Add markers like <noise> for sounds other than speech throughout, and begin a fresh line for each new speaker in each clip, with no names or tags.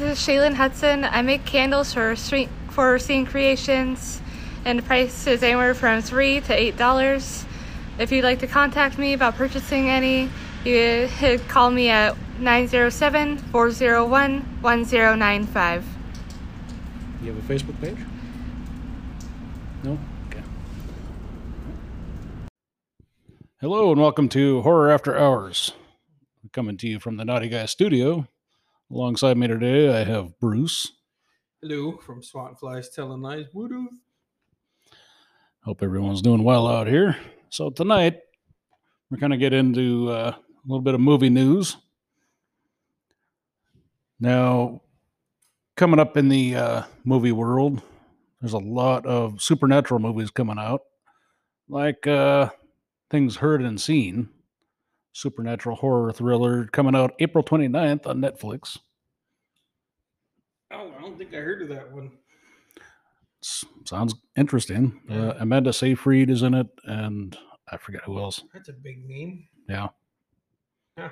is Shaylin Hudson. I make candles for street, for Scene Creations, and the price is anywhere from three to eight dollars. If you'd like to contact me about purchasing any, you could call me at 907-401-1095.
Do you have a Facebook page? No? Okay. Hello and welcome to Horror After Hours. Coming to you from the Naughty Guy Studio. Alongside me today, I have Bruce.
Hello from Swat Flies Telling Lies. Voodoo.
Hope everyone's doing well out here. So tonight, we're going to get into uh, a little bit of movie news. Now, coming up in the uh, movie world, there's a lot of supernatural movies coming out, like uh, things heard and seen, supernatural horror thriller coming out April 29th on Netflix.
Oh, I don't think I heard of that one.
S- sounds interesting. Uh,
Yeah.
Amanda Seyfried is in it, and I forget who else.
That's a big name.
Yeah.
Huh.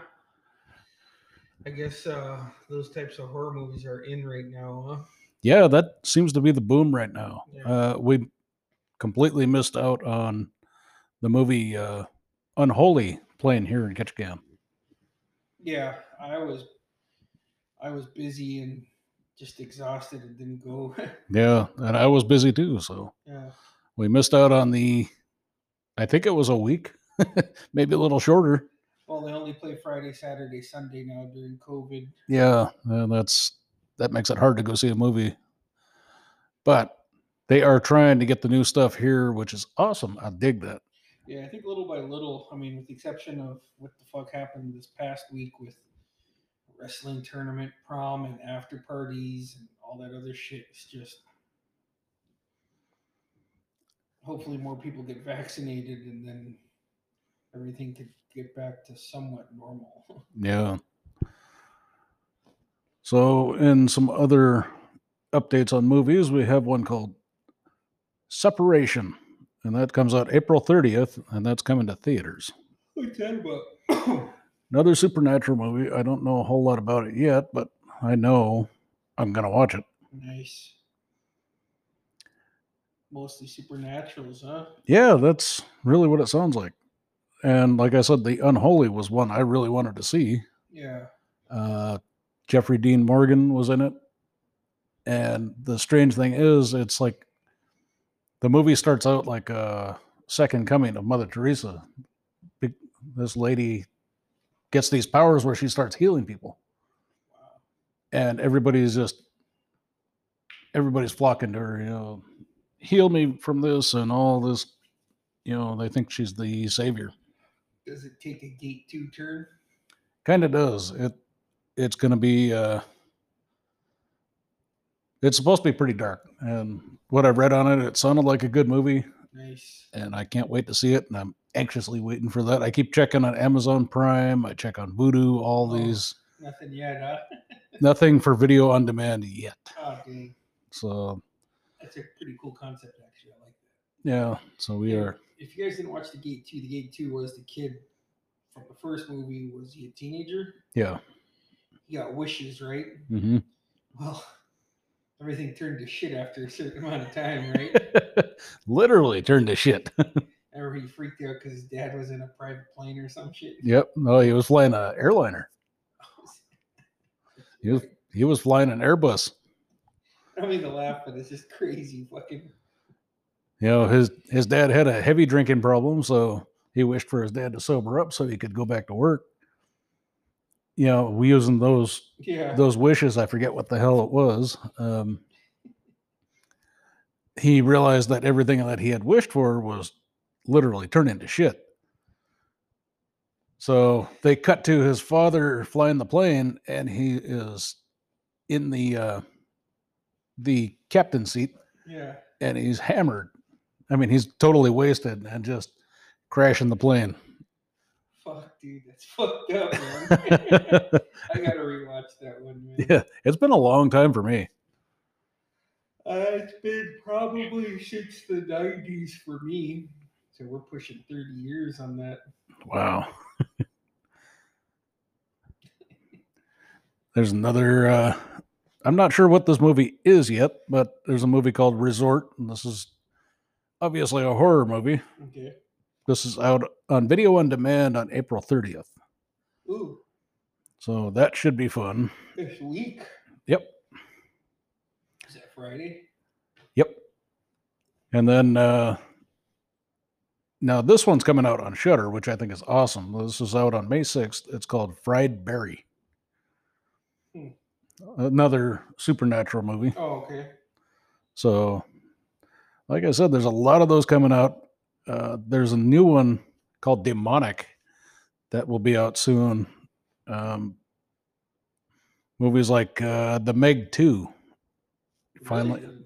I guess uh, those types of horror movies are in right now,
Yeah, that seems to be the boom right now.
Yeah.
Uh, we completely missed out on the movie uh, Unholy playing here in Ketchikan.
huh? Yeah, I was I was busy and just exhausted and didn't go. <laughs> Uh,
Yeah, and I was busy too, so
yeah.
we missed out on the. I think it was a week, <laughs> maybe a little shorter.
Well, they only play Friday, Saturday, Sunday now during COVID.
Yeah, uh, that's that makes it hard to go see a movie. But they are trying to get the new stuff here, which is awesome. I dig that.
Yeah, I think little by little. I mean, with the exception of what the fuck happened this past week with wrestling tournament, prom, and after parties and all that other shit. It's just hopefully more people get vaccinated and then everything could get back to somewhat normal. <laughs>
Yeah. So, in some other updates on movies, we have one called Separation, and that comes out April 30th, and that's coming to theaters.
What's that about?
Another supernatural movie. I don't know a whole lot about it yet, but I know I'm going to watch it.
<coughs> nice. Mostly supernaturals, huh?
Yeah, that's really what it sounds like. And like I said, The Unholy was one I really wanted to see.
Yeah.
Uh, Jeffrey Dean Morgan was in it. And the strange thing is, it's like the movie starts out like a second coming of Mother Teresa. Be- This lady gets these powers where she starts healing people,
Wow.
and everybody's just everybody's flocking to her. You know, heal me from this and all this. You know, they think she's the savior.
Does it take a gate two turn?
kind of does it it's going to be uh it's supposed to be pretty dark and what i've read on it it sounded like a good movie
Nice.
and i can't wait to see it and i'm anxiously waiting for that i keep checking on amazon prime i check on voodoo all
Oh.
these
Nothing yet, huh?
nothing for video on demand yet
Oh, dang.
so
That's a pretty cool concept, actually. I like that.
yeah so we are
If you guys didn't watch the Gate Two, the Gate Two was the kid from the first movie. Was he a teenager?
yeah
He got wishes, right?
hmm
Well, everything turned to shit after a certain amount of time, right?
<laughs> <laughs> literally turned to shit <laughs>
Remember he freaked out because his dad was in a private plane or some shit.
yep no he was flying an airliner Oh, he was, he was flying an airbus
<laughs> I don't mean to laugh, but it's just crazy. Fucking
you know his his dad had a heavy drinking problem so he wished for his dad to sober up so he could go back to work you know we using those
yeah.
those wishes i forget what the hell it was um he realized that everything that he had wished for was literally turned into shit so they cut to his father flying the plane and he is in the uh the captain seat
yeah.
and he's hammered. I mean, he's totally wasted and just crashing the plane.
Fuck, dude, that's fucked up, man. <laughs>
yeah,
I gotta rewatch that one, man.
it's been a long time for me.
Uh, it's been probably since the 90s for me. So we're pushing 30 years on that.
Wow. There's another uh, I'm not sure what this movie is yet, but there's a movie called Resort, and this is obviously a horror movie.
Okay.
This is out on video on demand on April 30th.
Ooh,
So that should be fun.
this week.
Yep.
Is that Friday?
Yep. And then uh now this one's coming out on Shutter, which I think is awesome. This is out on May 6th. It's called Fried Berry.
Hmm.
Another supernatural movie.
Oh, okay.
So like I said, there's a lot of those coming out. Uh there's a new one called Demonic that will be out soon. Um movies like uh The Meg 2.
Really
Finally-
good.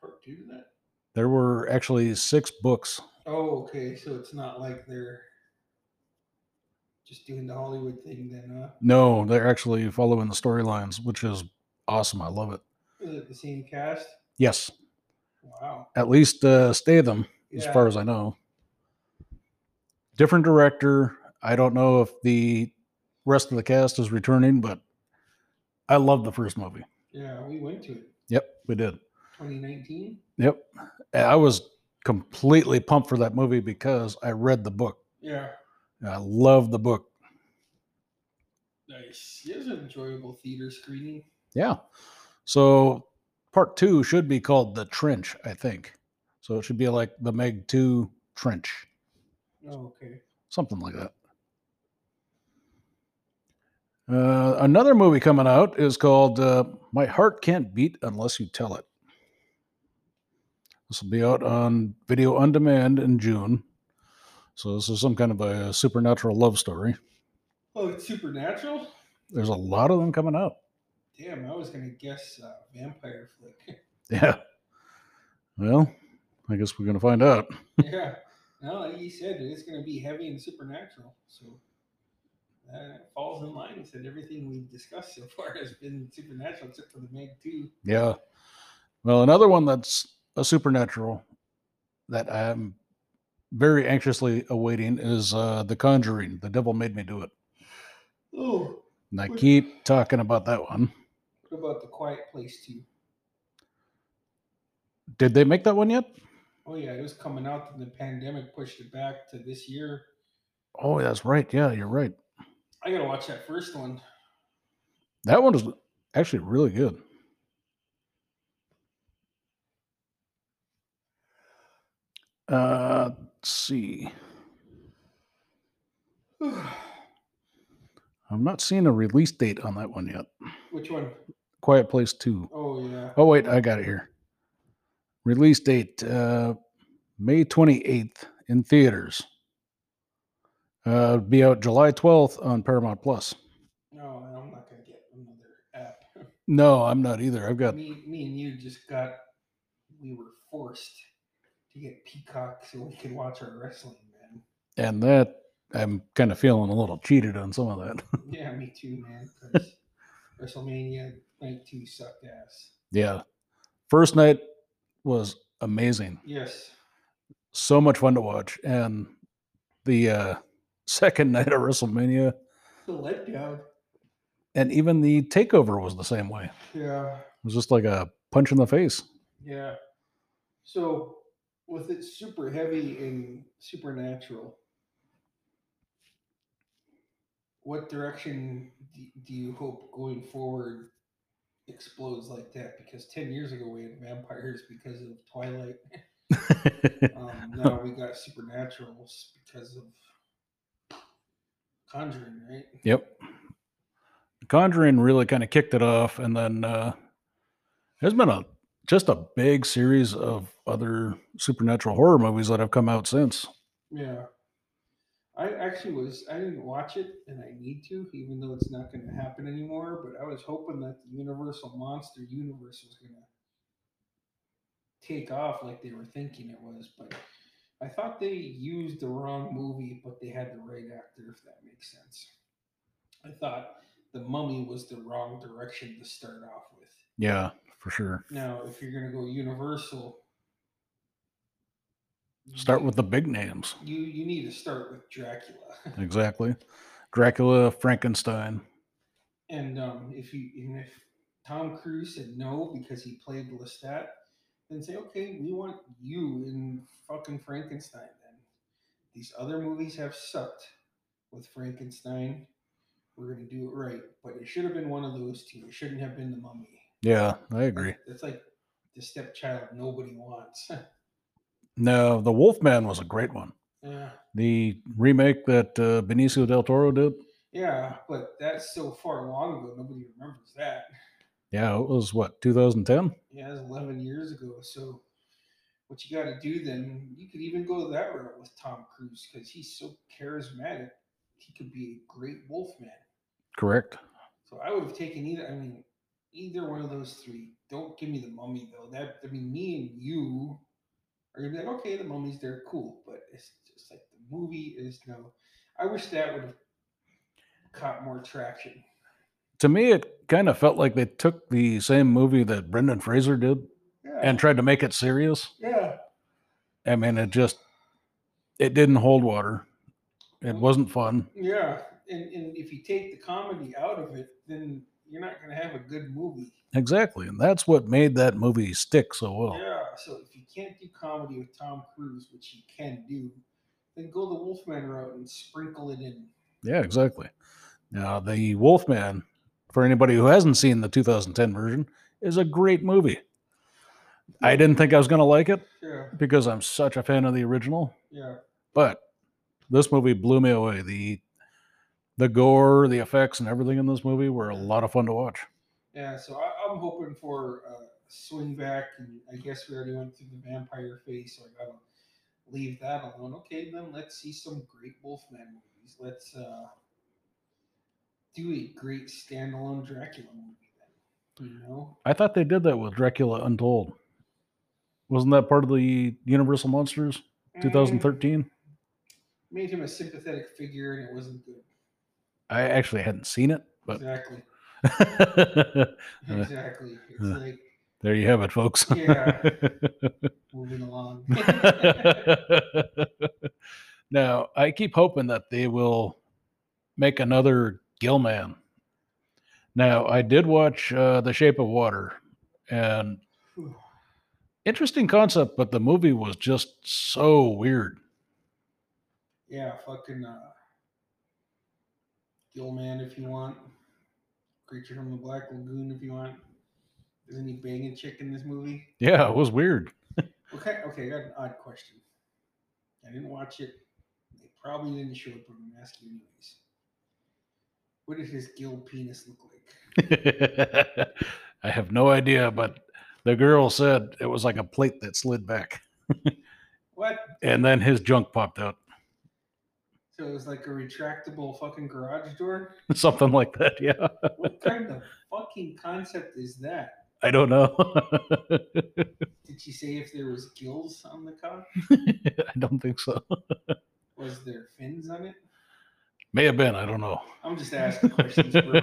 Part two to that?
There were actually six books
Oh, okay. So it's not like they're just doing the Hollywood thing then, huh?
No, they're actually following the storylines, which is awesome. I love it.
Is it the same cast?
Yes,
Wow.
at least uh, stay them as
Yeah.
far as I know. Different director. I don't know if the rest of the cast is returning, but I love the first movie.
Yeah, we went to it.
Yep, we did.
2019.
Yep, And I was completely pumped for that movie because I read the book.
Yeah.
And I love the book.
Nice. It was an enjoyable theater screening.
Yeah. So part two should be called the trench, I think. So it should be like the Meg 2 trench,
Oh, okay.
something like that. Uh, another movie coming out is called uh, My Heart Can't Beat Unless You Tell It. This will be out on video on demand in June. So this is some kind of a supernatural love story.
Oh, it's supernatural?
There's a lot of them coming out. <laughs>
Damn, I was going to guess uh, vampire flick. <laughs>
Yeah. Well, I guess we're going to find out.
yeah. No, like you said, it's going to be heavy and supernatural. So that falls in line with it. everything we've discussed so <laughs> far has been supernatural except for the Meg 2.
Yeah. Well, another one that's a supernatural that I'm very anxiously awaiting is uh The Conjuring. The Devil Made Me Do It.
Oh,
And I
Which-
keep talking about that one.
what about the Quiet Place 2?
Did they make that one yet?
Oh, yeah, it was coming out, and the pandemic pushed it back to this year.
Oh, that's right. Yeah, you're right.
I got to watch that first one. <sighs>
That one is actually really good. Uh, let's see. I'm not seeing a release date on that one yet.
Which one?
Quiet Place 2.
Oh, yeah.
Oh wait, I got it here. Release date uh, May twenty eighth in theaters. Uh, be out July twelfth on Paramount Plus.
No, and I'm not gonna get another app. <laughs>
No, I'm not either. I've got
me, me and you just got. We were forced to get Peacock so we could watch our wrestling, man.
and that I'm kind of feeling a little cheated on some of that. <laughs>
yeah, me too, man. 'cause WrestleMania night two sucked ass.
yeah, first night was amazing.
Yes.
So much fun to watch, and the uh, second <laughs> night of WrestleMania,
The letdown.
and even the takeover was the same way. It
Yeah.
was just like a punch in the face. <laughs>
Yeah. So with it super heavy and supernatural, what direction d- do you hope going forward explodes like that? Because ten years ago we had vampires because of Twilight. Um, now we got supernaturals because of Conjuring, right?
Yep. Conjuring really kind of kicked it off, and then uh, there's been a just a big series of other supernatural horror movies that have come out since.
Yeah. I actually was I didn't watch it and I need to, even though it's not gonna happen anymore, but I was hoping that the Universal Monster Universe was gonna take off like they were thinking it was, but I thought they used the wrong movie, but they had the right actor, if that makes sense. I thought the mummy was the wrong direction to start off with.
Yeah, for sure.
Now, if you're gonna go universal
Start
you-
with the big names,
you you need to start with Dracula. <laughs>
exactly. Dracula, Frankenstein.
And um, if you and if Tom Cruise said no because he played Lestat, then say, okay, we want you in fucking Frankenstein. Then these other movies have sucked with Frankenstein. We're gonna do it right, but it should have been one of those two. It shouldn't have been the Mummy.
Yeah, I agree.
That's like the stepchild nobody wants. <laughs>
No, The Wolfman was a great one.
yeah.
The remake that uh, Benicio del Toro did.
Yeah, but that's so far long ago. Nobody remembers that.
Yeah, it was what 2010.
Yeah, that was 11 years ago. So, what you got to do then, you could even go that route with Tom Cruise because he's so charismatic. He could be a great Wolfman.
Correct.
So, I would have taken either, I mean, either one of those three. Don't give me the mummy, though. That, I mean, me and you are going to be like, okay, the mummy's there, cool. But it's just like the movie is no. I wish that would have caught more traction.
To me, it kind of felt like they took the same movie that Brendan Fraser did
Yeah.
and tried to make it serious.
yeah.
I mean, it just it didn't hold water. It
Well-
wasn't fun.
Yeah, and, and if you take the comedy out of it, then you're not going to have a good movie.
Exactly, and that's what made that movie stick so well.
Yeah, so if you can't do comedy with Tom Cruise, which he can do, then go the Wolfman route and sprinkle it in.
Yeah, exactly. Now, The Wolfman, for anybody who hasn't seen the 2010 version, is a great movie. I didn't think I was going to like it
Yeah,
because I'm such a fan of the original,
yeah,
but this movie blew me away. The the gore, the effects, and everything in this movie were a lot of fun to watch.
yeah. So I, I'm hoping for uh, a swing back, and I guess we already went through the vampire phase, so I gotta leave that alone. Okay, then let's see some great Wolfman movies. Let's uh, do a great standalone Dracula movie then. You know.
I thought they did that with Dracula Untold. Wasn't that part of the Universal Monsters
Mm,
2013?
made him a sympathetic figure, and it wasn't good.
I actually hadn't seen it,
exactly,
but Uh,
exactly. It's
uh. <laughs>
like
<laughs> there you have it, folks. <laughs>
Yeah. moving along. <laughs>
now, I keep hoping that they will make another Gilman. Now, I did watch uh, The Shape of Water, and interesting concept, but the movie was just so weird.
yeah, fucking uh, Gilman, if you want. Creature from the Black Lagoon, if you want. Isn't he banging chick in this movie?
Yeah, it was weird.
Okay, okay. I got an odd question. I didn't watch it. They probably didn't show it, but I'm asking anyways. What did his gill penis look like?
<laughs> I have no idea, but the girl said it was like a plate that slid back,
What?
and then his junk popped out, <laughs>
So it was like a retractable fucking garage door.
something like that. Yeah,
What kind of fucking concept is that?
I don't know. <laughs>
Did she say if there was gills on the cock?
I don't think so.
Was there fins on it?
May have been. I don't know. <laughs>
I'm just asking questions, bro.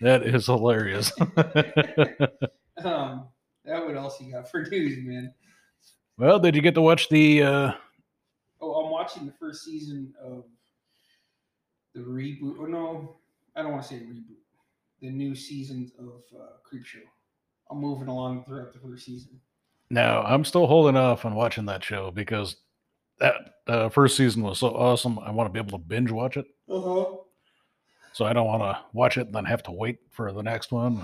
that is hilarious. <laughs>
um, that what else you got for news, man?
well, did you get to watch the? Uh,
Oh, I'm watching the first season of the reboot. Oh no, I don't want to say reboot. The new seasons of uh, Creepshow. I'm moving along throughout the first season.
no, I'm still holding off on watching that show because that uh, first season was so awesome. I want to be able to binge watch it.
Uh huh.
So I don't want to watch it and then have to wait for the next one.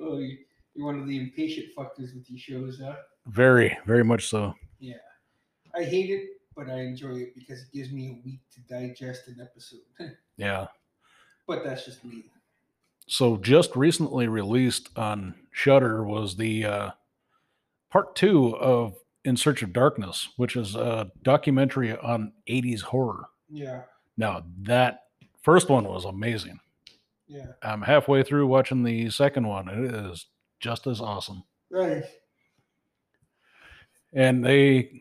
Oh, you- you're one of the impatient fuckers with these shows, huh?
Very, very much so.
I hate it, but I enjoy it because it gives me a week to digest an episode. <laughs>
Yeah.
but that's just me.
So just recently released on Shutter was the uh, part two of In Search of Darkness, which is a documentary on 80s horror.
Yeah,
Now that first one was amazing.
yeah.
I'm halfway through watching the second one. It is just as awesome.
<laughs> Right.
And they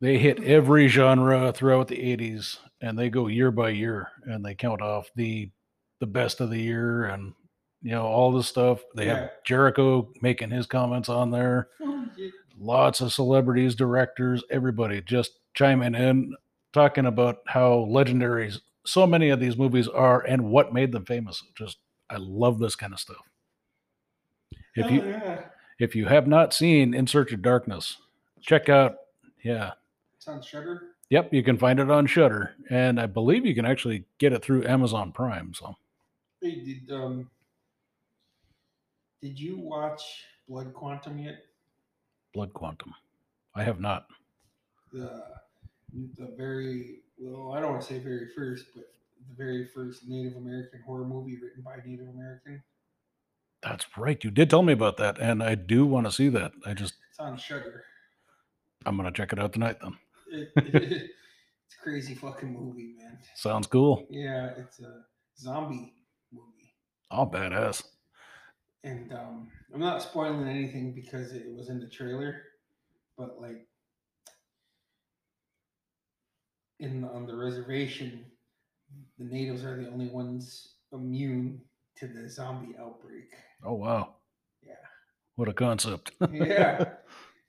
they hit every genre throughout the 80s and they go year by year and they count off the the best of the year and you know all this stuff. They
Yeah.
have Jericho making his comments on there.
Oh, yeah.
Lots of celebrities, directors, everybody just chiming in talking about how legendary so many of these movies are and what made them famous. Just I love this kind of stuff. If
Oh,
you
yeah.
if you have not seen In Search of Darkness, check out yeah.
It's on Shutter.
Yep, you can find it on Shutter, and I believe you can actually get it through Amazon Prime. So
Hey, did um, did you watch Blood Quantum yet?
Blood Quantum, I have not.
The the very well, I don't want to say very first, but the very first Native American horror movie written by a Native American.
That's right, you did tell me about that, and I do want to see that. I just
It's on Shutter.
I'm gonna check it out tonight. Then
<laughs> It, it's a crazy fucking movie, man.
sounds cool.
Yeah, it's a zombie movie.
Oh, badass.
and um, I'm not spoiling anything because it was in the trailer, but like in the, on the reservation, the natives are the only ones immune to the zombie outbreak.
Oh wow.
Yeah.
What a concept. <laughs>
<laughs> Yeah,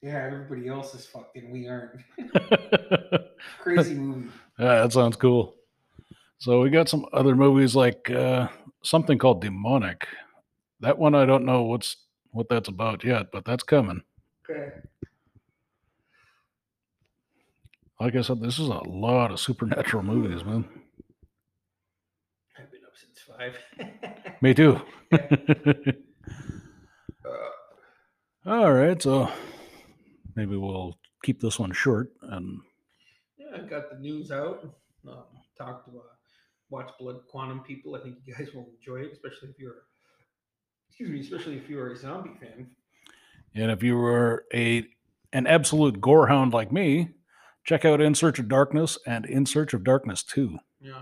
yeah, everybody else is fucked and we aren't.
yeah,
<laughs> Crazy movie.
that sounds cool. So we got some other movies like uh, something called Demonic. That one I don't know what's what that's about yet, but that's coming.
Okay.
Like I said, this is a lot of supernatural movies, man.
I've been up since five.
<laughs>
<laughs>
Me too. <laughs>
Uh,
All right, so maybe we'll keep this one short and
Yeah, I got the news out. Um, talked about watch Blood Quantum people. I think you guys will enjoy it, especially if you're, excuse me, especially if you're a zombie fan.
and if you were a an absolute gorehound like me, check out In Search of Darkness and In Search of Darkness 2.
Yeah,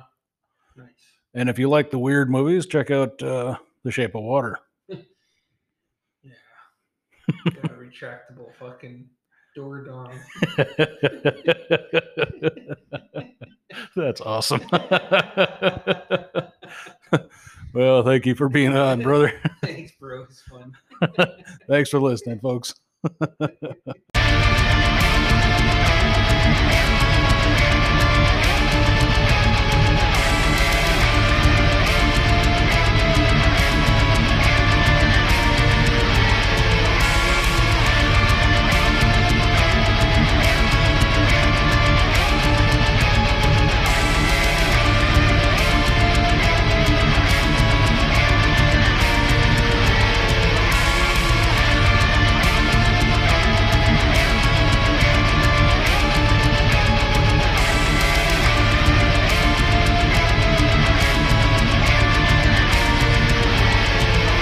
nice.
And if you like the weird movies, check out uh, The Shape of <laughs> Water.
Yeah, got a retractable fucking door dong. <laughs>
That's awesome. <laughs> well, thank you for being on, brother.
Thanks, bro. It's fun.
Thanks for listening, folks.